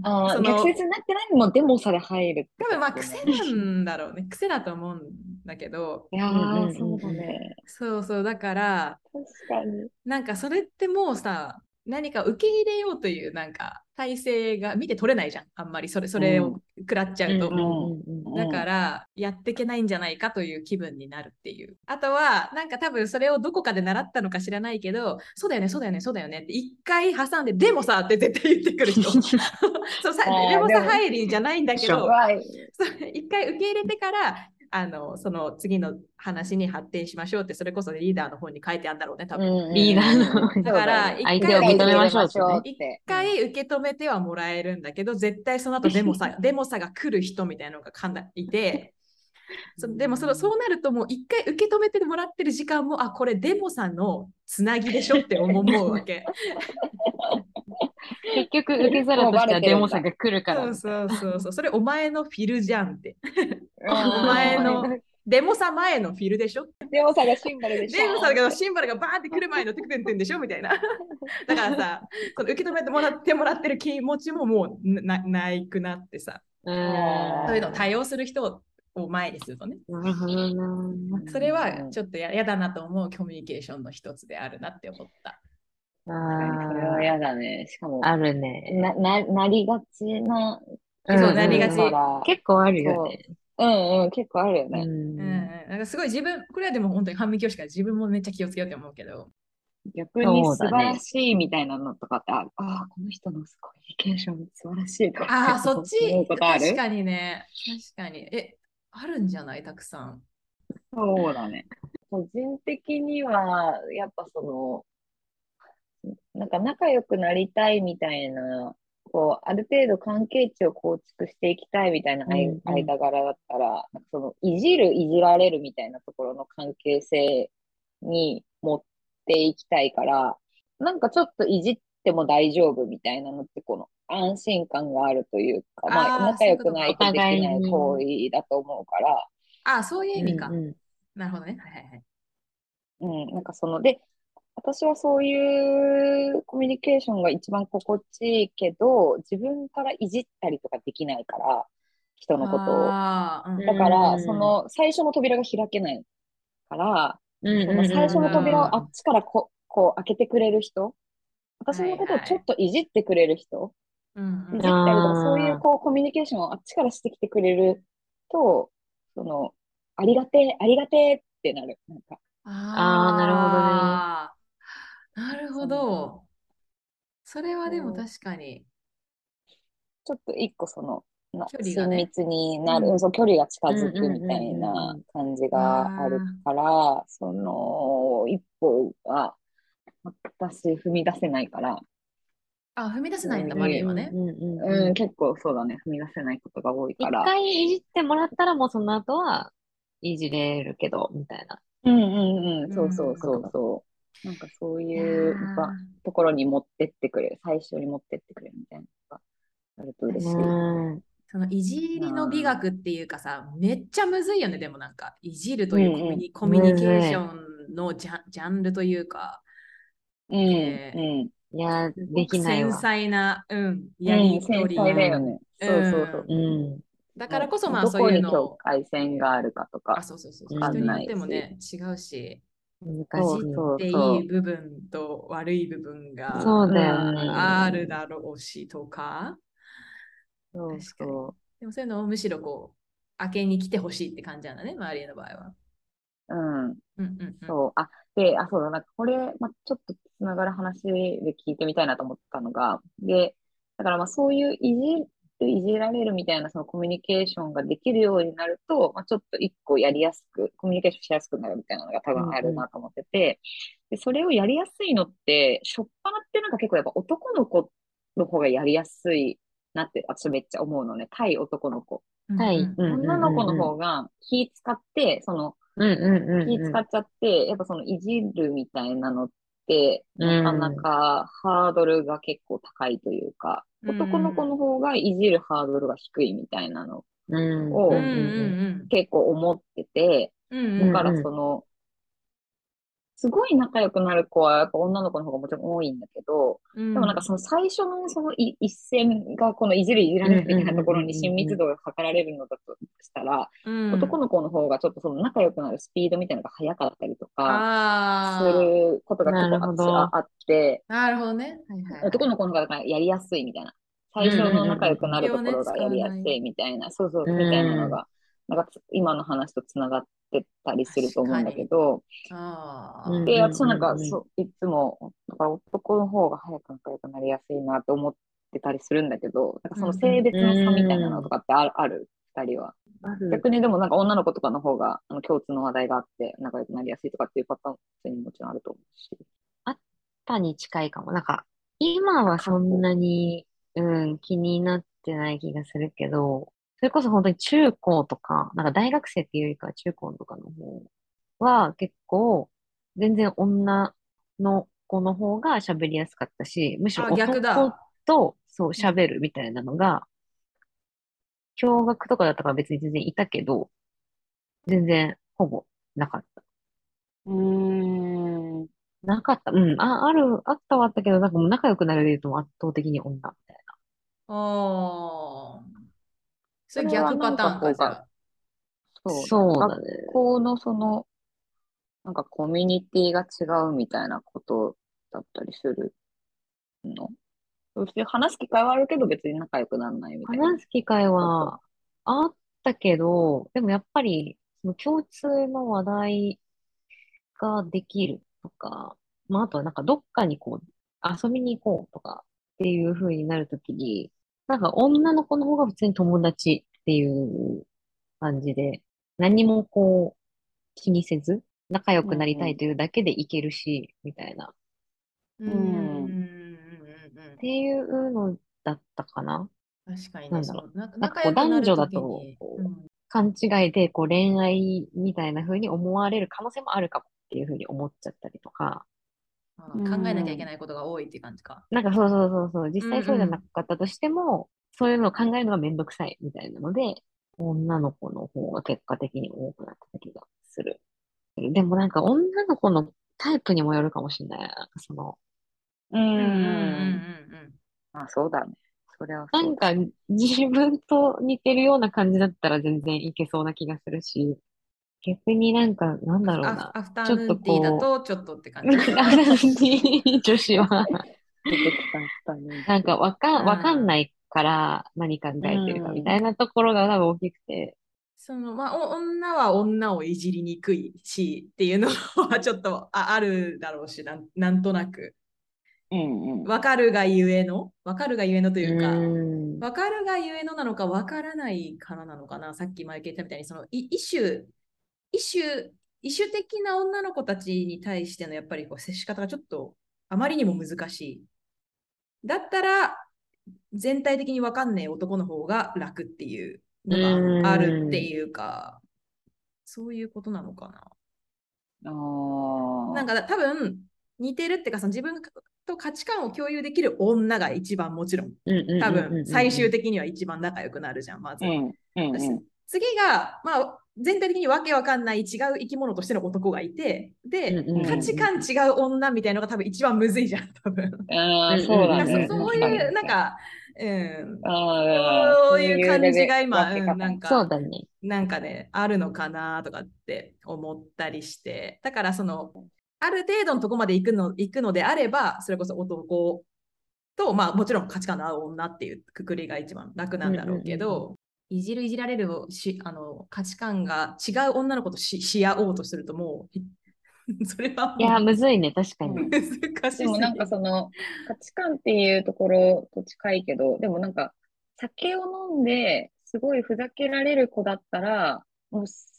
S4: あ
S1: そ
S4: ー
S1: の
S4: 逆説になってないのもでもされ入るって
S1: 多
S4: こと
S1: 分まあ
S4: ね
S1: 癖なんだろうね、癖だと思うんだけど、
S4: いや
S3: うんうんうん
S4: ー、そうだね。
S1: そうそう、だから、
S4: 確かに。
S1: なんかそれってもうさ、何か受け入れようというなんか体制が見て取れないじゃん、あんまりそれそれを食らっちゃうと。
S3: うんうんうんうん
S1: だからやっていけないんじゃないかという気分になるっていう。あとはなんか多分それをどこかで習ったのか知らないけど、そうだよね、そうだよね、そうだよねって一回挟んで、でもさって絶対言ってくる人。 [laughs] そうさ
S4: あー
S1: でもさ
S4: でも
S1: 入りじゃないんだけど、
S4: 怖い。
S1: [laughs] それ一回受け入れてからあのその次の話に発展しましょうってそれこそリーダーの方に書いてあるんだろうね多分。
S3: リーダーの
S4: そう
S1: だ
S4: よ
S1: から
S4: ね
S1: 相手を認め
S3: ましょうってね
S4: 認めましょう
S1: 一回受け止めてはもらえるんだけど、絶対その
S4: [laughs]
S1: 後デモさデモさが来る人みたいなのがかない
S4: [laughs]
S1: てそでもそのそうなるともう一回受け止めてもらってる時間もあこれデモさんのつなぎでしょって思うわ
S4: [laughs]
S1: け。
S3: 結局、受け皿としてはデモさんが来るから
S1: そう。そうそうそうそれお前のフィルじゃんって。
S4: うん
S1: お前のデモさ前のフィルでしょ
S4: でもさがシンバルでしょ
S1: デーブさんがシンバルがバーンって来る前のテクテンテンでしょみたい
S4: [laughs]
S1: な。だからさ、この受け止めてもらってもらってる気持ちももうなないくなってさ、
S3: うん
S1: そういうのを多用する人を前にするとね、
S3: なるほどな。
S1: それはちょっとややだなと思うコミュニケーションの一つであるなって思った。
S4: それは
S3: あ
S4: 嫌だね。しかも、
S3: あ、あるね。
S4: な、な、なりがちな、
S1: そう
S3: うんうん
S1: なりがち
S4: から
S3: 結構あるよね。
S4: うんうん、結構あるよ
S3: う
S4: ね。
S1: うん
S3: ん
S1: うん、なんかすごい自分、これはでも本当に反面教師から自分もめっちゃ気をつけようって思うけど、
S4: 逆に素晴らしいみたいなのとかって、ああー、この人のすごい意見書も素晴らしいとか
S1: ああ、そっち
S4: 思う、ことある
S1: 確かにね、確かに。え、あるんじゃないたくさん。
S4: そうだね。個人的には、やっぱその、なんか仲良くなりたいみたいな、こう、ある程度関係値を構築していきたいみたいな間
S3: うんうん
S4: 間柄だったら、なんかその、いじる、いじられるみたいなところの関係性に持っていきたいから、なんかちょっといじっても大丈夫みたいなのって、この、安心感があるというか、ま
S1: あ
S4: あ、
S1: ー
S4: 仲良くないと
S3: そういうことかお
S4: できな
S3: 互い
S4: い
S3: に
S4: 行為だと思うから、
S1: ああ、そういう意味か。
S3: うんうん
S1: なるほどね。はいはいはい。
S4: うん、なんかその、で、私はそういうコミュニケーションが一番心地いいけど、自分からいじったりとかできないから、人のことを。
S1: ああ、うん
S4: だから、
S3: うん
S4: その、最初の扉が開けないから、
S3: うん
S4: そ
S3: うんう
S4: の
S3: ん
S4: 最初の扉をあっちからこ、こう開けてくれる人、私のことをちょっといじってくれる人、
S1: うん
S4: いじ
S1: うん
S4: ったりとか、
S3: あー
S4: そういうこうコミュニケーションをあっちからしてきてくれると、その、ありがてえ、ありがてえってなる。なんか、
S1: ああ、なるほどね。なるほど。それはでも
S4: そう
S1: 確かに。
S4: ちょっと一個その、な
S1: 距離が
S4: 親
S1: ね
S4: 密にな
S1: う
S4: る、
S1: ん
S4: そう、距離が近づくみたい
S3: うんうんうんうん
S4: な
S3: うん
S4: 感じがあるから、その一歩が私踏み出せないから、
S1: あ、踏み出せないんだ、
S4: うん
S1: マリーはね。
S3: うんうんうん
S4: う、
S3: うんん。
S4: 結構そうだね、踏み出せないことが多いか
S3: 一
S4: ら。
S3: 回いじってもらったらもうその後はいじれるけど、みたいな。
S4: うんうんうん、そうそううんそうそう。なんかそう
S1: い
S4: いうば
S1: やー
S4: ところに持ってってくれる、最初に持ってってくれるみたいなのがあると嬉しい。
S3: うん。
S1: そのいじりの美学っていうかさ、めっちゃむずいよね、でもなんか、いじるというコミュニ、コミュニケーションのジャンジャンルというか、
S4: うん
S1: えー
S4: うん。
S3: いや、
S1: すご
S3: で
S1: く
S3: きない
S1: 繊
S3: わ。
S1: 細な、うん、
S4: うん
S1: やり
S4: 繊
S1: とり。
S4: 細だよね。そうそうそう。
S1: う
S3: うん。
S1: だからこそ、まあ
S4: ど
S1: そう
S4: こ
S1: いう
S4: に
S1: の
S4: 境
S1: を、
S4: 界線があるかと
S1: あ、
S4: か。
S1: そうそうそう、
S3: わか
S1: 人
S3: ん
S1: によ
S4: ない
S1: ってもね、違うし、
S3: 難
S1: そ
S3: しい。
S4: そう
S1: で、い
S4: そう
S1: い部分と悪い部分が
S3: そうだよね。
S1: あるだろうしとか、
S4: そう
S1: 確かに
S4: そ
S1: でもそういうのをむしろこう、開けに来てほしいって感じなんだね、周りの場合は。
S4: う。うん。
S1: うんうんうん。
S4: そう。あ、で、あ、そうだ、なんかこれ、まあ、ちょっとつながる話で聞いてみたいなと思ったのが、で、だからまあそういういじる、いじられるみたいなそのコミュニケーションができるようになると、まあ、ちょっと一個やりやすく、コミュニケーションしやすくなるみたいなのが多分あるなと思ってて、で、それをやりやすいのって、初っ端ってなんか結構やっぱ男の子の方がやりやすいなって、私めっちゃ思うのね。対男の子。
S1: うんうん
S3: はい。うんうんうんうん
S4: 女の子の方が気使って、その、
S3: うんうんうんうん。
S4: 気使っちゃって、やっぱそのいじるみたいなのって、なかなかハードルが結構高いというか、
S1: うん
S4: 男の子の方がいじるハードルが低いみたいなの
S3: うん
S4: を
S1: うんうん
S4: 結構思ってて、
S1: うん。うんう
S4: だ
S1: ん
S4: か
S3: うん
S4: ら
S3: うん
S4: その、すごい仲良くなる子はやっぱ女の子の方がもちろん多いんだけど、
S1: うん。
S4: でもなんかその最初のそのい一線がこのいじるいじられるみたいなところに親密度が図られるのだとしたら、
S1: うん、
S4: 男の子の方がちょっとその仲良くなるスピードみたいなのが早かったりとか、
S1: あ
S4: す
S1: あ、
S4: ることが結構
S3: なるほ
S4: 私
S3: ど
S4: はあって、
S1: なるほどね。はいはいはい。
S4: 男の子の方がなんかやりやすいみたいな、最初の仲良くなるところがやりやすいみたいな、そうそう、
S3: うん
S4: みたいなのが、なんかつ今の話とつながってたりすると思うんだけど、
S1: あ
S3: う
S1: あ
S3: ん
S4: で、私はなん
S3: う
S4: か
S3: ん
S4: そう、いつも、だから男の方が早く仲良くなりやすいなと思ってたりするんだけど、なんかその性別の差みたいなのとかってある、ある二人は。逆にでもなんか女の子とかの方があの共通の話題があって仲良くなりやすいとかっていうパターンにもちろんあると思うし。
S3: パに近いかも。なんか、今はそんなに、うん、気になってない気がするけど、それこそ本当に中高とか、なんか大学生っていうよりかは中高とかの方は結構、全然女の子の方が喋りやすかったし、むしろ
S1: あ逆だ
S3: 男と、そう、喋るみたいなのが、共学とかだったから別に全然いたけど、全然ほぼなかった。
S4: うん。
S3: なかった。うん。あ、ある、あったはあったけど、なんかもう仲良くなれると圧倒的に女みたい
S1: あー。そ
S4: そ
S1: れ
S4: れは
S1: 逆パターンか、じゃあ。
S4: そ
S3: な。
S4: う。
S3: そう
S4: 学
S3: だね。
S4: 校のその、なんかコミュニティが違うみたいなことだったりするの別に話す機会はあるけど別に仲良くならないみたいな。
S3: 話す機会はあったけど、でもやっぱり、その共通の話題ができるとか、まあ、あとはなんかどっかにこう、遊びに行こうとかっていう風になるときに、なんか女の子の方が普通に友達っていう感じで、何もこう、気にせず、仲良くなりたいというだけでいけるし、みたいな。
S1: うんうんうんうん
S3: っていうのだったかな。
S1: うん。確かに
S3: なん
S1: ね、
S3: だ
S1: そ
S3: ろ
S1: のな
S3: なん
S1: 仲
S3: かこ
S1: 良
S3: う
S1: くなる
S3: 男女だ
S1: 時
S3: と
S1: に、
S3: こ
S1: う
S3: うん勘違いでこう恋愛みたいな風に思われる可能性もあるかもっていう風に思っちゃったりとか、
S1: あー考えなきゃいけないことが多いっていう感じか。
S3: なんかそうそうそうそう、実際そうじ
S1: うんう
S3: ゃ
S1: ん
S3: なかったとしても、そういうのを考えるのがめんどくさいみたいなので、女の子の方が結果的に多くなった気がする。でもなんか女の子のタイプにもよるかもしれない。なんかその、
S4: う
S1: うんうんうん
S4: ん。まあそうだね。それは
S3: な
S4: そうんだ。
S3: か自分と似てるような感じだったら全然いけそうな気がするし、逆になんか、なん
S1: うん
S3: だ
S1: うん。
S3: ろう
S1: あ
S3: な。
S1: アフターヌーンティーだとちょっとって感
S3: [laughs]
S1: じ。
S3: ラグビー女子は、
S4: 出てきた二人
S3: なんかわか
S1: うん
S3: ん、わかんないから何考えてるかみたいなところが多分大きくて、
S1: そのまあ、お女は女をいじりにくいしっていうのはちょっとああるだろうしなん、なんとなく。
S4: うんうん。
S1: わかるがゆえの、わかるがゆえのというか、
S3: うん
S1: わかるがゆえのなのか、わからないからなのかな、さっき前言ったみたいに、そのい異種、異種、異種的な女の子たちに対してのやっぱりこう接し方がちょっとあまりにも難しい。だったら、全体的にわかんない男の方が楽っていうのがあるっていうか、そういうことなのかな。
S4: あ
S1: なん
S4: あ。
S1: か多分似てるっていうかその自分と価値観を共有できる女が一番もちろん
S3: うんうん
S1: 多
S3: うんうんう
S1: 分
S3: ん
S1: 最終的には一番仲良くなるじゃんまず、
S4: うんうんう
S1: 私
S4: ん。
S1: 次が、まあ、全体的にわけわかんない違う生き物としての男がいてで、
S3: うんうんうん
S1: 価値観違う女みたいのが多分一番むずいじゃん多分
S4: ああ、そうだ
S1: だから
S4: ね。
S1: そそういうなんかうん
S4: ああ、
S1: そういう感じが今
S4: そういうレベル
S1: うんなんか
S3: そうだね。
S1: なんかね、あるのかなとかって思ったりして、だからその、ある程度のとこまで行くの行くのであれば、それこそ男と、まあもちろん価値観の合う女っていうくくりが一番楽なんだろうけ
S3: うんうん
S1: ど、いじるいじられるをしあの価値観が違う女の子としし合おうとするともう、 [laughs] それはもう
S3: いや、むずいね、確かに。
S4: うん
S1: 難しいす
S4: で
S1: ぎ
S4: もなんかその価値観っていうところと近いけど、でもなんか酒を飲んですごいふざけられる子だったら、もうそ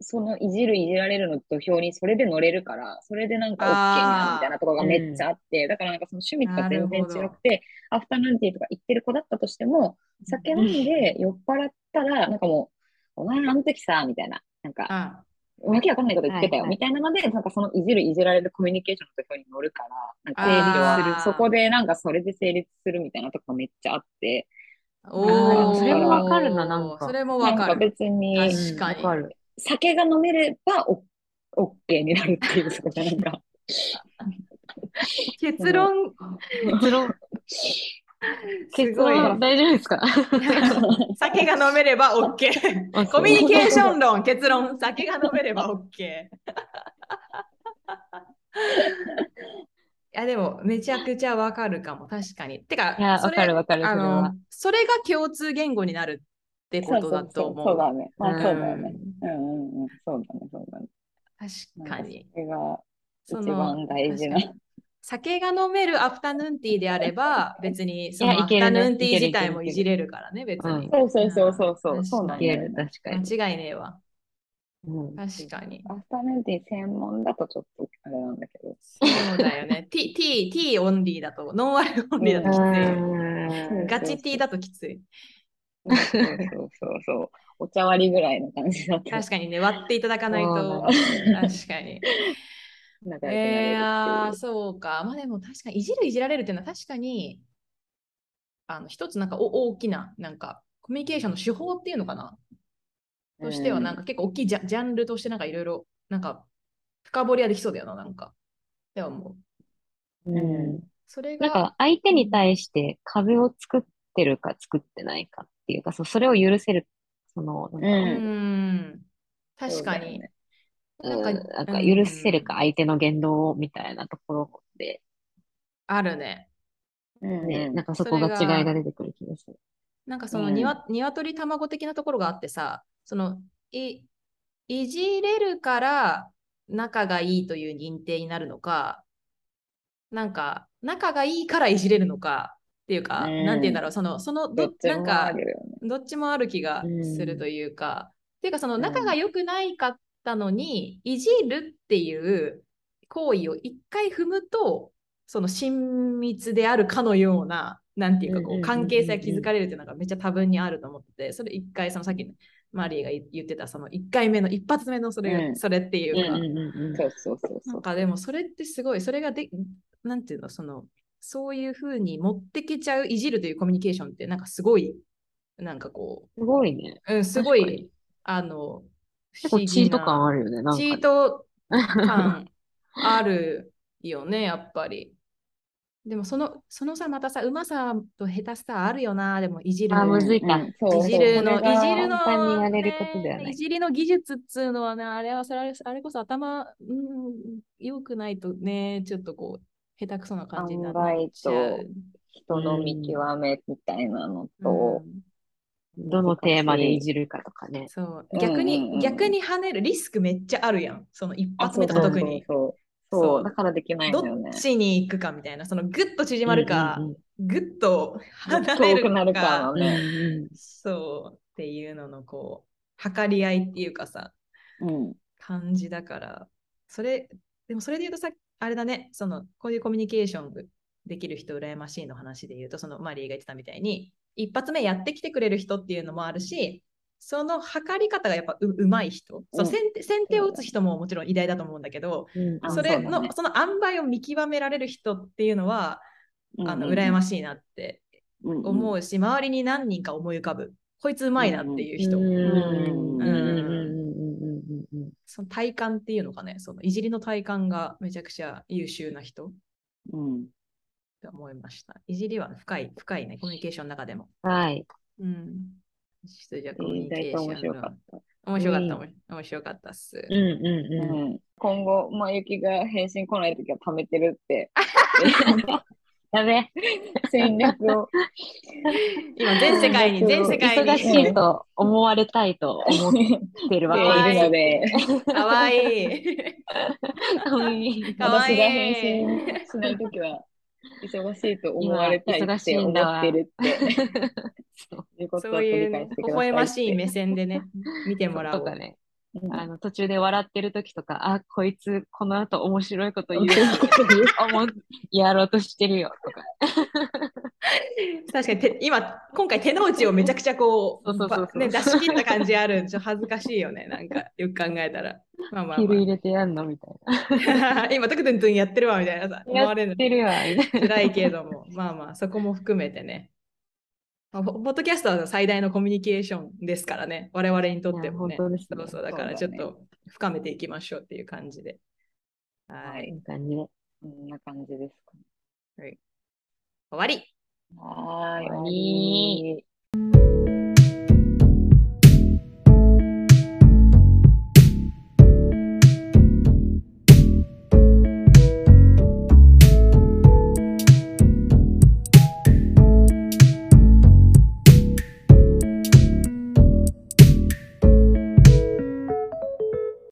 S4: そのいじるいじられるの土俵にそれで乗れるから、それでなんか OK になるみたいなところがめっちゃあって、だからなんかその趣味とか全然
S1: なる
S4: 違
S1: ほど
S4: くて、アフタヌーンティーとか行ってる子だったとしても、酒飲んで酔っ払ったら、なんかもう、お前あの時さ、みたいな、なんか、
S1: あ
S4: わけわかんないこと言ってたよ、
S3: はいはい
S4: みたいなので、なんかそのいじるいじられるコミュニケーションの土俵に乗るから、なんか成立
S1: あー
S4: する。そこでなんかそれで成立するみたいなとこめっちゃあって、
S1: おー
S4: それも
S3: わかるななんか
S1: それも
S4: な
S1: わ
S4: ん
S1: か
S4: か
S1: る。
S4: 別に
S1: 確かに
S3: うんわかる。
S4: 酒が飲めればオッケーになるっていう、そこじゃな
S1: [laughs]
S4: んか。
S1: 結論、 [laughs]
S3: 結論、結論、大丈夫ですか
S1: 酒が飲めれば OK。コミュニケーション論、結論、酒が飲めれば
S4: [laughs]
S1: OK。いや、でも、めちゃくちゃわかるかも、確かに。てか、
S3: いや、
S1: そ
S3: わ
S1: れ
S3: かるわかる、そ
S1: あ
S3: れは
S1: の。それが共通言語になるって
S4: そ
S1: こ
S4: う
S1: と
S4: そ
S1: だ
S4: うそ
S1: と
S4: う、
S1: 思う。
S4: そうだね。まあそうだよね。
S1: うん
S4: うんうんうん、そうだね、そうだね。
S1: 確
S4: な
S1: か
S4: んか
S1: に。
S4: それが
S1: そ
S4: 一
S1: の
S4: 番大事な
S1: 確。かに酒が飲めるアフタヌーンティーであれば、別にその
S3: いや
S1: ア
S3: い
S1: フ
S3: け
S1: タ
S3: るね
S1: ヌーンティー自体も
S3: い
S1: い
S3: けるいける
S1: じれるからね、別に。
S4: そうそうそうそうそう、
S1: うん
S4: そうなんだ
S3: 言え
S4: よ
S3: る、
S4: ね。
S3: 確かに。
S1: 間違いねえわ。
S3: うん
S1: 確かに。
S4: アフタヌーンティー専門だとちょっとあれなんだけど。
S1: そうだよ [laughs] ね。T、T、T オンリーだと、ノンアルオンリーだときつい。
S3: う
S1: ガチ T だときつい。
S4: そうそうそうそう。お茶割りぐらいの感じだった。
S1: 確かにね、割っていただかないと。確か
S3: [laughs]
S1: に。
S4: 仲良くなれ
S1: え
S4: る
S1: ー、あー
S4: って
S1: そうか。まあでも確かに、いじるいじられるっていうのは確かに、あの、一つなんかお大きな、なんか、コミュニケーションの手法っていうのかな。
S4: いう
S1: としては、なんか結構大きいジャジャンルとして、なんかいろいろ、なんか、深掘りはできそうだよな、なんか。ではもう、
S3: ん
S1: それ
S3: なん
S1: が、
S3: か、相手に対して壁を作ってるか作ってないかっていうか、そうそれを許せる、その、なんか
S1: う
S4: うん
S1: ん、確かに。。
S3: うん
S1: な
S3: なんん
S1: か
S3: か
S1: うん
S3: 許せるか相手の言動をみたいなところで、
S1: あるね。
S4: そうだよね
S3: ね、
S4: うん
S3: なんかそこが
S1: それが
S3: 違いが出てくる気がする。
S1: なんかその
S4: うん
S1: にわ、鶏卵的なところがあってさ、そのい、いじれるから仲がいいという認定になるのか、なんか仲がいいからいじれるのかっていうか、
S4: うん
S1: なんて言うんだろう、その、その
S4: どっち
S1: なん
S4: も
S1: か
S4: あるよね。
S1: どっちもある気がするというか、っていうかその仲が良くないかったのに、いじるっていう行為を一回踏むと、その親密であるかのような、なんていうかこ
S3: うん
S1: う、
S3: うんうんうん
S1: 関係性が築かれるっていうのがめっちゃ多分にあると思ってて、それ一回、そのさっきマリーが言ってた、その一回目の、一発目のそれ、
S4: うん
S1: それっていううか、
S3: んうんうん
S4: そうそうそう
S1: な
S4: そ
S1: ん
S4: う。
S1: かでもそれってすごい、それがで、なんていうの、その、そういうふうに持ってけちゃう、いじるというコミュニケーションって、なんかすごい、なんかこ
S3: すごいね。
S1: う、うん、すご
S3: 確か
S1: い
S3: に、
S1: あの、
S3: 結構チート感
S1: あ
S3: あるよね、なんか
S1: チ
S3: ね。
S1: ート感あるよね、やっぱり。でもその、そのさ、またさ、うまさと下手さあるよな、でもいじる。
S3: あむずい
S4: うんうんそう
S1: いじるの、
S4: そうこれ
S1: い
S4: が
S1: じるの、
S3: 簡単にやれることではない
S1: ねいじりの技術っつうのはね、あれはそれあれあれこそ頭、うん、良くないとね、ちょっとこう、下手くそな感じになっ
S4: 案外と
S1: ちゃう。
S4: 人の見極めみたいなのと
S1: う、ん
S3: どのテーマでいじるかとかね。
S1: そう
S4: うん
S1: 逆
S4: うんう
S1: に
S4: ん
S1: 逆に跳ねるリスクめっちゃあるやんその一発目とか特に
S4: そう
S1: そう
S4: そうだからできないん
S1: どっ
S4: だよね。
S1: ちに行くかみたいなそのグッと縮まるか
S3: うんうんうん
S1: グッと
S4: 遠
S1: 離れる
S4: くなるか
S1: か
S4: のね。
S3: うん
S1: そうっていうののこう測り合いっていうかさ
S4: うん。
S1: 感じだからそれでもそれで言うとさあれだねそのこういうコミュニケーションできる人羨ましいの話で言うとそのマリーが言ってたみたいに一発目やってきてくれる人っていうのもあるしその測り方がやっぱううまい人、そううん先手先手を打つ人ももちろん偉大だと思うんだけど、
S3: うん
S4: あ
S1: それ
S4: そうだ
S1: の
S4: ね
S1: その塩梅を見極められる人っていうのは、あの羨ましいなって
S4: うんうん
S1: 思うし、周りに何人か思い浮かぶこいつうまいなっていう人、
S3: うん
S4: うん
S3: うんうんうんうんうん
S1: その体感っていうのかねそのいじりの体感がめちゃくちゃ優秀な人
S4: うん。
S1: って思いましたいじりは深い深いねコミュニケーションの中でも
S3: はい。
S1: うん実はコミュ
S4: 言
S1: ニ
S4: い
S1: ケ
S4: た
S1: ー
S4: い
S1: ション
S4: と面白かった。
S1: た面白かった、
S3: う
S1: 面白かったっす、
S3: うんうん
S4: う
S3: うん。
S4: ん、今後、まあ、ゆきが返信来ないときは貯めてる
S1: [laughs]
S4: って、
S3: やべ。
S4: 戦略を。
S1: 今全世界に全世界
S3: 忙し
S1: に
S3: いと思われたいと思って [laughs] るわ
S1: 可
S3: け
S1: 愛
S4: い
S1: い
S4: るので、
S1: かわいい
S3: [laughs]
S1: かわい
S4: 私
S1: い
S4: が返信しないときは、忙しいと思われたい
S3: 今忙
S4: っ
S3: しい
S4: て
S3: ん
S4: 思
S3: だわ
S4: ってるって
S3: そう
S4: いうこと
S1: そ
S4: を
S1: うい
S4: 理
S1: う
S4: 解
S1: ね
S4: してくださいっ
S1: 微笑
S4: て。
S1: ましい目線でね見てもらお
S3: と
S1: う
S3: かね、
S4: うん
S3: あの途中で笑ってる時とか、あ、こいつこの後面白いこと言う
S1: [laughs]
S4: 面白いこと [laughs] 言う
S3: と思うやろうとしてるよとか。
S1: 確かに手今今回手の内をめちゃくちゃこう
S3: そうそうそうそう
S1: ばね、出し切った感じあるちょっと恥ずかしいよねなんかよく考えたらまあまあ、
S3: ヒル
S1: ま
S3: 入れてやんの
S1: [laughs]
S3: みたいな。
S1: あ、今トクトゥントゥンやってるわみたいなさ思われる
S3: やってるわ、みたいな。
S1: 辛いけれども [laughs] まあまあそこも含めてねまあポポッドキャストは最大のコミュニケーションですからね我々にとってもね
S3: いや本当ですね
S1: そうそうだからちょ
S4: そう
S1: っ
S4: だね
S1: と深めていきましょうっていう感じでは
S4: はいい
S3: いい感じで。
S4: こんな感じですかね。
S1: 終わり
S4: はーい、
S3: 終わり
S4: 終わり。